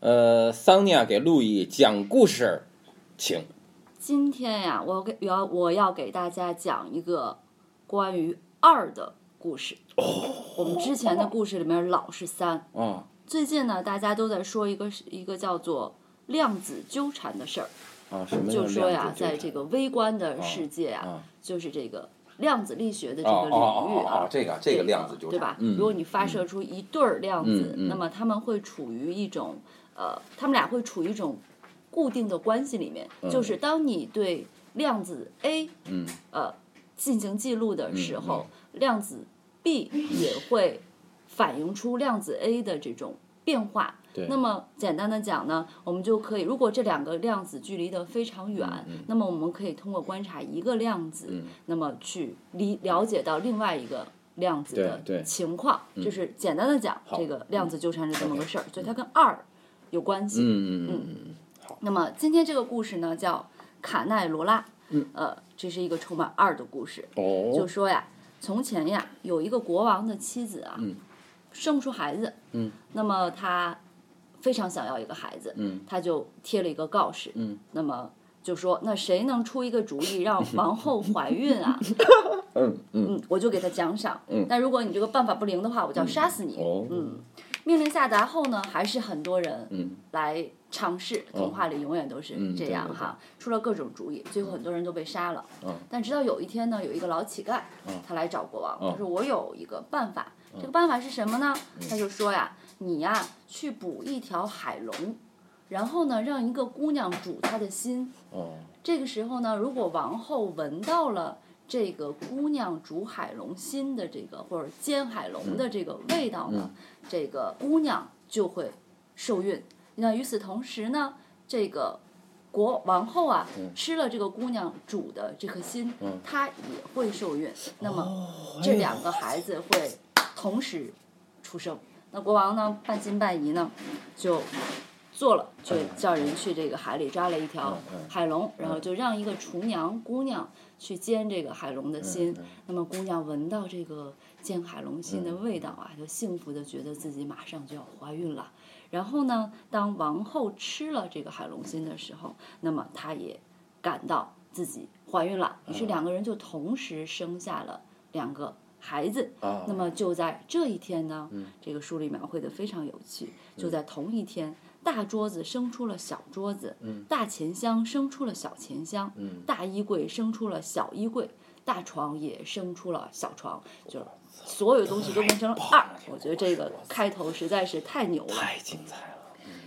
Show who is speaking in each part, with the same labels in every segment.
Speaker 1: 呃，桑尼亚给路易讲故事，请。
Speaker 2: 今天呀，我给要我要给大家讲一个关于二的故事。我们之前的故事里面老是三，
Speaker 1: 哦，
Speaker 2: 最近呢大家都在说一个一个叫做量子纠缠的事儿，
Speaker 1: 啊，什么叫
Speaker 2: 就说呀
Speaker 1: 量，子纠
Speaker 2: 在
Speaker 1: 缠
Speaker 2: 这个微观的世界啊，
Speaker 1: 啊，
Speaker 2: 就是这个量子力学的这
Speaker 1: 哦
Speaker 2: 个
Speaker 1: 哦哦
Speaker 2: 领域
Speaker 1: 哦
Speaker 2: 啊，
Speaker 1: 哦，这个这个量子纠
Speaker 2: 对
Speaker 1: 缠，
Speaker 2: 吧？
Speaker 1: 嗯
Speaker 2: 如果你发射出一对儿量子，
Speaker 1: 嗯嗯
Speaker 2: 那么他们会处于一种呃，他们俩会处于一种固定的关系里面，
Speaker 1: 嗯
Speaker 2: 就是当你对量子 A
Speaker 1: 嗯
Speaker 2: 呃进行记录的时候，
Speaker 1: 嗯
Speaker 2: 量子 B 也会反映出量子 A 的这种变化。
Speaker 1: 对
Speaker 2: 那么简单的讲呢，我们就可以，如果这两个量子距离得非常远，
Speaker 1: 嗯
Speaker 2: 那么我们可以通过观察一个量子，那么去理了解到另外一个量子
Speaker 1: 对嗯对
Speaker 2: 的情况。就是简单的讲，这个量子纠缠是这么个事儿，所以它跟二有关系。
Speaker 1: 嗯嗯嗯嗯，
Speaker 2: 那么今天这个故事呢，叫卡奈罗拉。嗯，呃，这是一个充满二的故事。
Speaker 1: 哦，
Speaker 2: 就说呀，从前呀，有一个国王的妻子啊，生不出孩子，
Speaker 1: 嗯
Speaker 2: 那么他非常想要一个孩子，
Speaker 1: 嗯
Speaker 2: 他就贴了一个告示，
Speaker 1: 嗯
Speaker 2: 那么就说那谁能出一个主意让王后怀孕啊？
Speaker 1: 嗯嗯
Speaker 2: 嗯，我就给他奖赏，嗯，但如果你这个办法不灵的话，我就要杀死你，
Speaker 1: 哦
Speaker 2: 嗯，命令下达后呢，还是很多人，
Speaker 1: 嗯哦
Speaker 2: 来尝试，童话里永远都是
Speaker 1: 嗯
Speaker 2: 这
Speaker 1: 对
Speaker 2: 样
Speaker 1: 对
Speaker 2: 哈，出了各种主意，最后很多人都被杀了。
Speaker 1: 嗯
Speaker 2: 但直到有一天呢，有一个老乞丐，他来找国王，
Speaker 1: 嗯
Speaker 2: 他说：“我有一个办法，这个办法是什么呢？”他就说呀：“你呀，去捕一条海龙，然后呢，让一个姑娘煮她的心。
Speaker 1: 哦
Speaker 2: 这个时候呢，如果王后闻到了。”这个姑娘煮海龙心的这个，或者煎海龙的这个味道呢，这个姑娘就会受孕。那与此同时呢，这个国王后啊，吃了这个姑娘煮的这颗心，她也会受孕。那么这两个孩子会同时出生。那国王呢，半信半疑呢，就做了，就叫人去这个海里抓了一条海龙，然后就让一个厨娘姑娘去煎这个海龙的心。那么姑娘闻到这个煎海龙心的味道啊，就幸福的觉得自己马上就要怀孕了。然后呢，当王后吃了这个海龙心的时候，那么她也感到自己怀孕了，于是两个人就同时生下了两个孩子。
Speaker 1: 啊
Speaker 2: 那么就在这一天呢，这个书里描绘的非常有趣，就在同一天。大桌子生出了小桌子，大钱箱生出了小钱箱，大衣柜生出了小衣柜，大床也生出了小床，就是所有东西都变成了二。我觉得这个开头实在是太牛了。
Speaker 1: 太精彩了，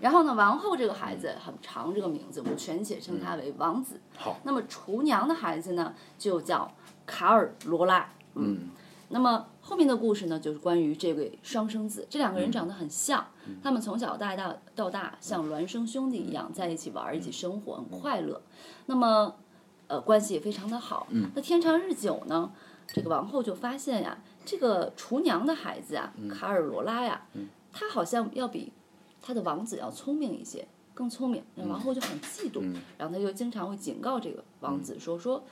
Speaker 2: 然后呢，王后这个孩子很长，这个名字我们全写称他为王子。
Speaker 1: 好
Speaker 2: 那么厨娘的孩子呢，就叫卡尔罗拉。嗯。那么后面的故事呢，就是关于这位双生子，这两个人长得很像，他们从小到大到大像孪生兄弟一样在一起玩儿，一起生活，很快乐。那么，呃，关系也非常的好。那天长日久呢，这个王后就发现呀，这个厨娘的孩子啊，卡尔罗拉呀，他好像要比他的王子要聪明一些，更聪明。那王后就很嫉妒，然后她就经常会警告这个王子说说。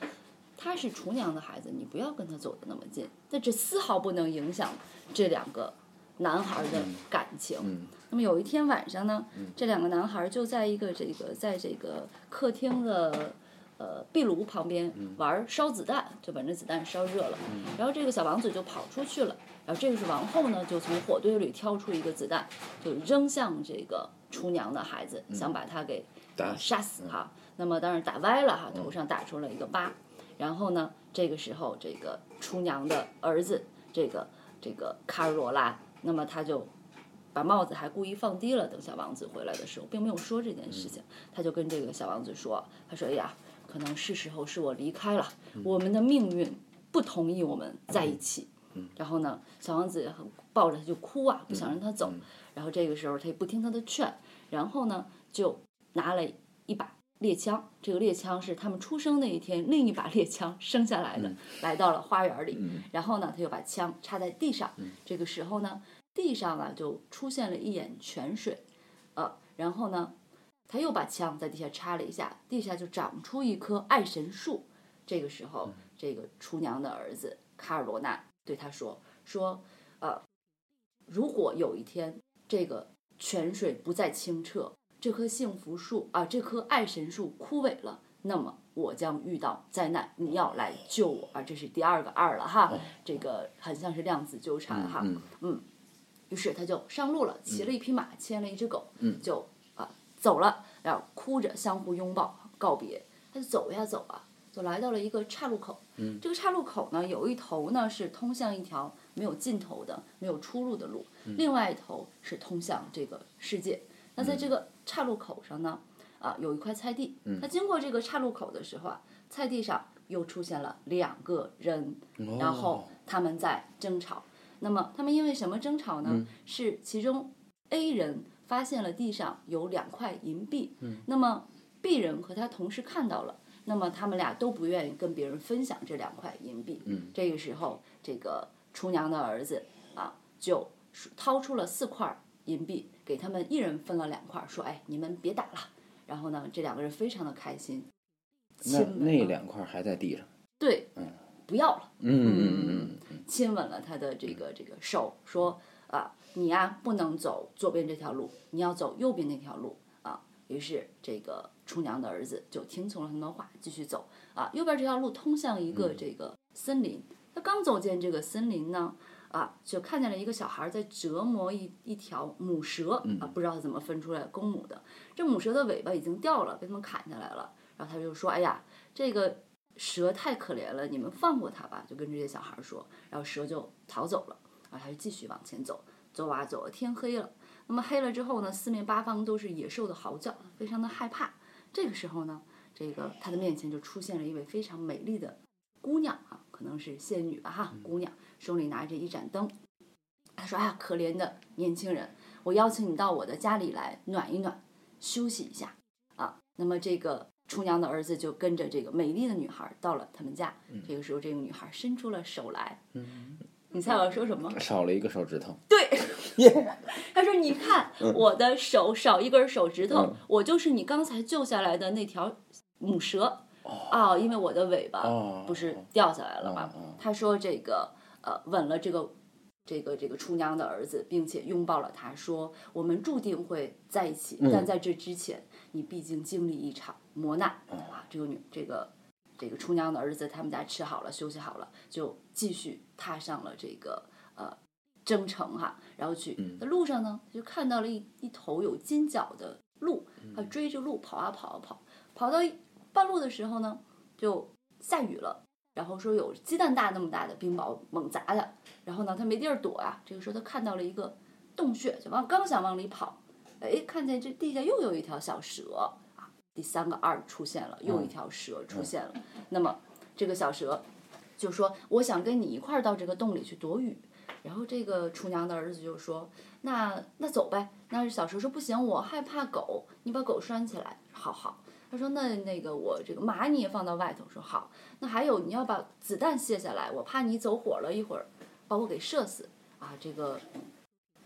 Speaker 2: 他是厨娘的孩子，你不要跟他走得那么近。但这丝毫不能影响这两个男孩的感情。那么有一天晚上呢，这两个男孩就在一个这个在这个客厅的呃壁炉旁边玩烧子弹，就把那子弹烧热了。然后这个小王子就跑出去了，然后这个是王后呢，就从火堆里挑出一个子弹，就扔向这个厨娘的孩子，想把他给
Speaker 1: 打
Speaker 2: 呃杀死哈。那么当然打歪了哈，头上打出了一个疤。然后呢，这个时候这个厨娘的儿子，这个这个卡尔罗拉，那么他就把帽子还故意放低了，等小王子回来的时候，并没有说这件事情。他就跟这个小王子说：“他说，哎呀，可能是时候是我离开了，我们的命运不同意我们在一起。然后呢，小王子很抱着他就哭啊，不想让他走。然后这个时候他也不听他的劝，然后呢就拿了一把猎枪，这个猎枪是他们出生那一天另一把猎枪生下来的，来到了花园里。
Speaker 3: 嗯
Speaker 1: 嗯
Speaker 2: 然后呢，他又把枪插在地上。这个时候呢，地上啊就出现了一眼泉水，呃，然后呢，他又把枪在地下插了一下，地下就长出一棵爱神树。这个时
Speaker 1: 嗯
Speaker 2: 候，这个厨娘的儿子卡尔罗纳对他说：“说，呃，如果有一天这个泉水不再清澈，这棵幸福树啊，这棵爱神树枯萎了，那么我将遇到灾难，你要来救我啊！这是第二个二了哈，这个很像是量子纠缠哈。
Speaker 1: 哦嗯
Speaker 2: 于是他就上路了，骑了一匹马，牵了一只狗，就啊、走了，然后哭着相互拥抱告别。他就走呀走啊，就来到了一个岔路口。这个岔路口呢，有一头呢是通向一条没有尽头的、没有出路的路，另外一头是通向这个世界。那在这个岔路口上呢，啊、有一块菜地。他经过这个岔路口的时候啊，菜地上又出现了两个人，
Speaker 1: 嗯哦
Speaker 2: 然后他们在争吵。那么他们因为什么争吵
Speaker 1: 嗯
Speaker 2: 呢？是其中 A 人发现了地上有两块银币，
Speaker 1: 嗯
Speaker 2: 那么 B 人和他同事看到了，那么他们俩都不愿意跟别人分享这两块银币。
Speaker 1: 嗯
Speaker 2: 这个时候，这个厨娘的儿子啊，就掏出了四块银币，给他们一人分了两块，说：“哎，你们别打了。”然后呢，这两个人非常的开心，
Speaker 1: 那
Speaker 2: 亲吻
Speaker 1: 那
Speaker 2: 了，
Speaker 1: 两块还在地上。
Speaker 2: 对，不要了。
Speaker 1: 嗯嗯嗯
Speaker 2: 亲吻了他的这个这个手，说啊，你呀、不能走左边这条路，你要走右边那条路啊。于是这个厨娘的儿子就听从了他们的话，继续走啊。右边这条路通向一个这个森林，他刚走进这个森林呢。啊，就看见了一个小孩在折磨一一条母蛇啊，不知道他怎么分出来公母的。这母蛇的尾巴已经掉了，被他们砍下来了。然后他就说：“哎呀，这个蛇太可怜了，你们放过它吧。”就跟这些小孩说。然后蛇就逃走了，然后他就继续往前走，走啊走啊，天黑了。那么黑了之后呢，四面八方都是野兽的嚎叫，非常的害怕。这个时候呢，这个他的面前就出现了一位非常美丽的姑娘啊，可能是仙女吧哈，姑娘手里拿着一盏灯。他说：“哎呀，可怜的年轻人，我邀请你到我的家里来暖一暖，休息一下啊。”那么这个厨娘的儿子就跟着这个美丽的女孩到了他们家。
Speaker 1: 嗯
Speaker 2: 这个时候，这个女孩伸出了手来。你猜我要说什 么？
Speaker 1: 嗯，少了一个手指头。
Speaker 2: 对，
Speaker 1: 耶，嗯
Speaker 2: 他说：“你看，我的手少一根手指头，我就是你刚才救下来的那条母蛇啊、因为我的尾巴
Speaker 1: 哦
Speaker 2: 不是掉下来了吗？”
Speaker 1: 哦
Speaker 2: 他说：“这个呃，吻了这个这个这个厨娘的儿子，并且拥抱了他，说我们注定会在一起，但在这之前，你必经经历一场磨难、啊。”这个女这个。这个厨娘的儿子，他们家吃好了，休息好了，就继续踏上了这个呃征程哈、然后去。那路上呢，就看到了一一头有金角的鹿，他追着鹿跑啊跑啊跑，跑到一半路的时候呢，就下雨了，然后说有鸡蛋大那么大的冰雹猛砸他，然后呢，他没地儿躲啊，这个时候他看到了一个洞穴，就往刚想往里跑，哎，看见这地下又有一条小蛇啊，第三个二出现了，又一条蛇出现了，那么这个小蛇就说：“我想跟你一块儿到这个洞里去躲雨。”然后这个厨娘的儿子就说：“那那走呗。”那小蛇说：“不行，我害怕狗，你把狗拴起来。”好好。他说：“那那个我这个马你也放到外头。”说好。那还有你要把子弹卸下来，我怕你走火了，一会儿把我给射死啊！这个。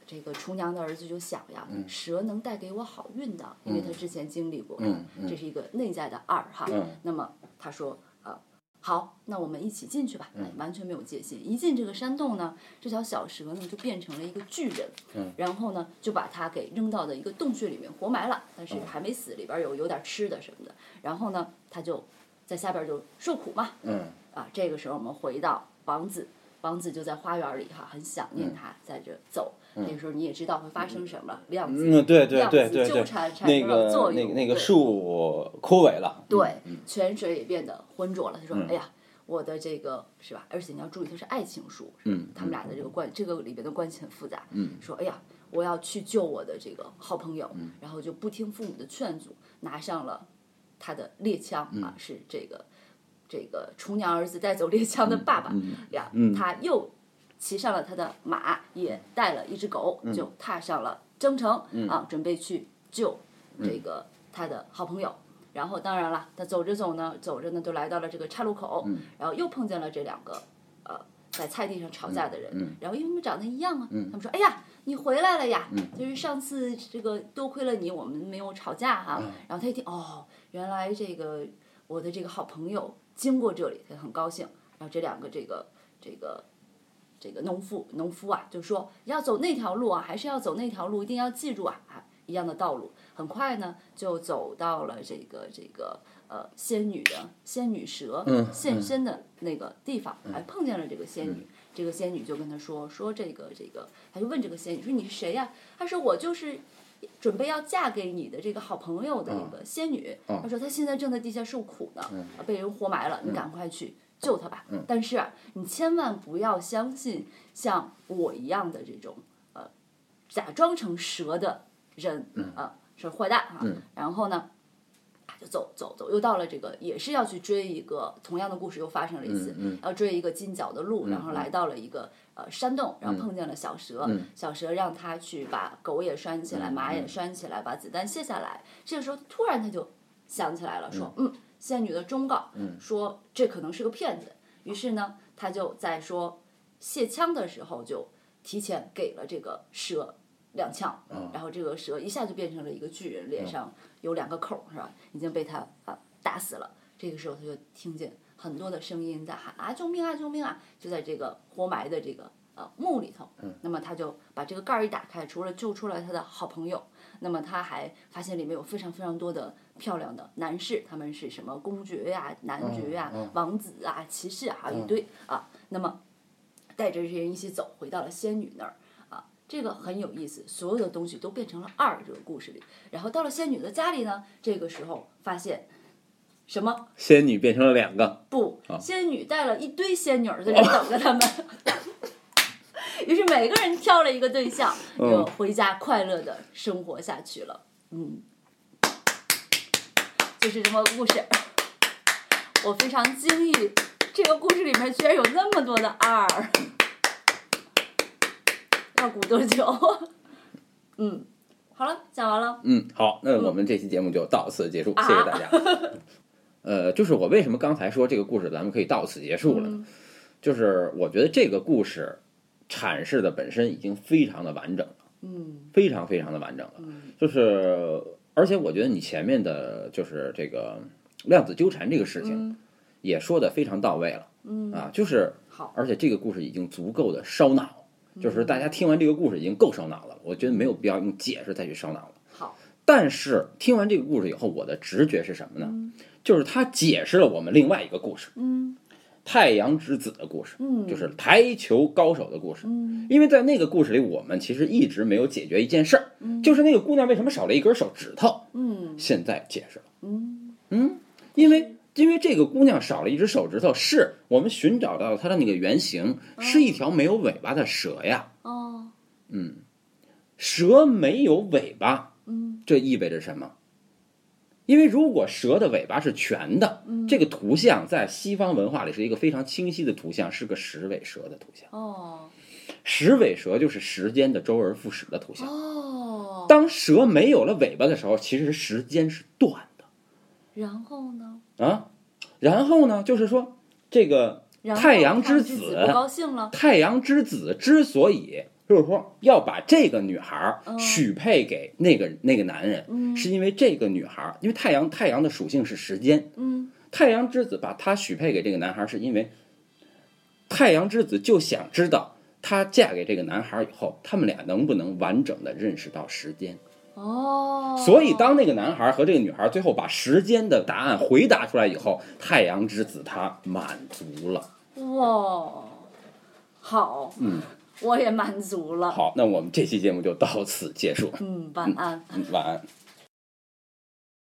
Speaker 2: 这个厨娘的儿子就想呀，蛇能带给我好运的，因为他之前经历过，
Speaker 1: 嗯嗯
Speaker 2: 这是一个内在的二哈。
Speaker 1: 嗯
Speaker 2: 那么他说，呃，好，那我们一起进去吧，
Speaker 1: 嗯
Speaker 2: 哎完全没有界限。一进这个山洞呢，这条小蛇呢就变成了一个巨人，
Speaker 1: 嗯
Speaker 2: 然后呢就把它给扔到的一个洞穴里面活埋了，但是
Speaker 1: 嗯
Speaker 2: 还没死，里边有有点吃的什么的。然后呢，他就在下边就受苦嘛，
Speaker 1: 嗯
Speaker 2: 啊，这个时候我们回到王子，王子就在花园里哈，很想
Speaker 1: 嗯
Speaker 2: 念他，在这走。这个时候你也知道会发生什么了，量子
Speaker 1: 嗯，对对
Speaker 2: 量
Speaker 1: 对
Speaker 2: 子
Speaker 1: 对
Speaker 2: 纠
Speaker 1: 对
Speaker 2: 缠，产
Speaker 1: 那
Speaker 2: 生了
Speaker 1: 个
Speaker 2: 作
Speaker 1: 那个
Speaker 2: 用，
Speaker 1: 那个
Speaker 2: 对
Speaker 1: 树枯萎了。
Speaker 2: 对，泉水也变得浑浊了。他说：“哎呀，我的这个是吧？而且你要注意，它是爱情树，嗯，他们俩的这个关，这个里边的关系很复杂。嗯，说哎呀，我要去救我的这个好朋友，然后就不听父母的劝阻，拿上了他的猎枪、啊，是这个这个厨娘儿子带走猎枪的爸爸、呀，他又骑上了他的马，也带了一只狗，就踏上了征程、啊，准备去救这个他的好朋友。然后当然了，他走着走呢，走着呢，就来到了这个岔路口，然后又碰见了这两个呃在菜地上吵架的人，然后因为他们长得一样啊，他们说：“哎呀，你回来了呀！就是上次这个多亏了你，我们没有吵架哈、然后他一听，哦，原来这个我的这个好朋友经过这里，他很高兴。然后这两个这个这个这个农夫农夫啊，就说要走那条路啊，还是要走那条路，一定要记住啊啊一样的道路。很快呢，就走到了这个这个呃仙女的仙女蛇现身的那个地方，还碰见了这个仙女。这个仙女就跟他说说这个这个，他就问这个仙女说你是谁呀、他说我就是准备要嫁给你的这个好朋友的一个仙女。他说她现在正在地下受苦呢，啊被人活埋了，你赶快去救她吧。但是啊、你千万不要相信像我一样的这种呃假装成蛇的人啊、呃是坏蛋啊。然后呢？他就走走走，又到了这个，也是要去追一个同样的故事，又发生了一次，要追一个金角的鹿，然后来到了一个呃山洞，然后碰见了小蛇，小蛇让他去把狗也拴起来，马也拴起来，把子弹卸下来。这个时候突然他就想起来了，说嗯，仙女的忠告，说这可能是个骗子。于是呢，他就在说卸枪的时候就提前给了这个蛇两枪，然后这个蛇一下就变成了一个巨人，脸上有两个孔儿，是吧？已经被他啊打死了。这个时候他就听见很多的声音在喊啊救命啊救命啊！就在这个活埋的这个呃墓里头。那么他就把这个盖儿一打开，除了救出来他的好朋友，那么他还发现里面有非常非常多的漂亮的男士，他们是什么公爵呀、男爵呀、王子啊、骑士啊，一堆啊。那么带着这些人一起走，回到了仙女那儿。啊，这个很有意思，所有的东西都变成了二这个故事里。然后到了仙女的家里呢，这个时候发现什么
Speaker 3: 仙女变成了两个，
Speaker 2: 不？仙女带了一堆仙女儿在这等着他们。 于是每个人挑了一个对象，就回家快乐的生活下去了。嗯，就是这么个故事。我非常惊异，这个故事里面居然有那么多的二，要鼓多久？ 嗯，好了，讲完了。
Speaker 3: 嗯，啊好，那我们这期节目就到此结束，谢谢大家。 呃，就是我为什么刚才说这个故事咱们可以到此结束了呢？就是我觉得这个故事阐释的本身已经非常的完整了，
Speaker 2: 嗯
Speaker 3: 非常非常的完整了。
Speaker 2: 嗯
Speaker 3: 就是而且我觉得你前面的就是这个量子纠缠这个事情
Speaker 2: 嗯
Speaker 3: 也说的非常到位了
Speaker 2: 嗯，
Speaker 3: 啊，就是
Speaker 2: 好，嗯
Speaker 3: 而且这个故事已经足够的烧脑，就是大家听完这个故事已经够烧脑了，我觉得没有必要用解释再去烧脑了。
Speaker 2: 好，
Speaker 3: 但是听完这个故事以后，我的直觉是什么呢？就是它解释了我们另外一个故事
Speaker 2: 嗯
Speaker 3: ——太阳之子的故事，
Speaker 2: 嗯，
Speaker 3: 就是台球高手的故事。
Speaker 2: 嗯
Speaker 3: 因为在那个故事里，我们其实一直没有解决一件事儿，就是那个姑娘为什么少了一根手指头，
Speaker 2: 嗯
Speaker 3: 现在解释了。
Speaker 2: 嗯
Speaker 3: 因为因为这个姑娘少了一只手指头，是我们寻找到她的那个原型
Speaker 2: 嗯
Speaker 3: 是一条没有尾巴的蛇呀。
Speaker 2: 哦
Speaker 3: 蛇没有尾巴，
Speaker 2: 嗯
Speaker 3: 这意味着什么？因为如果蛇的尾巴是全的，
Speaker 2: 嗯
Speaker 3: 这个图像在西方文化里是一个非常清晰的图像，是个十尾蛇的图像。
Speaker 2: 哦
Speaker 3: 十尾蛇就是时间的周而复始的图像。
Speaker 2: 哦，
Speaker 3: 当蛇没有了尾巴的时候，其实时间是断
Speaker 2: 然后呢？
Speaker 3: 的啊。然后呢，就是说这个
Speaker 2: 然后
Speaker 3: 太阳
Speaker 2: 之
Speaker 3: 之
Speaker 2: 子
Speaker 3: 子
Speaker 2: 不高兴了，
Speaker 3: 太阳之子之所以就是说要把这个女孩儿
Speaker 2: 嗯
Speaker 3: 许配给那个、那个男人，
Speaker 2: 嗯
Speaker 3: 是因为这个女孩儿，因为太阳太阳的属性是时间，
Speaker 2: 嗯
Speaker 3: 太阳之子把她许配给这个男孩儿，是因为太阳之子就想知道她嫁给这个男孩儿以后，他们俩能不能完整的认识到时间。
Speaker 2: 哦，
Speaker 3: 所以当那个男孩儿和这个女孩儿最后把时间的答案回答出来以后，太阳之子他满足了。
Speaker 2: 哇，好，嗯，我也满足了，
Speaker 3: 好，那我们这期节目就到此结束。
Speaker 2: 嗯，晚安。
Speaker 3: 嗯晚安。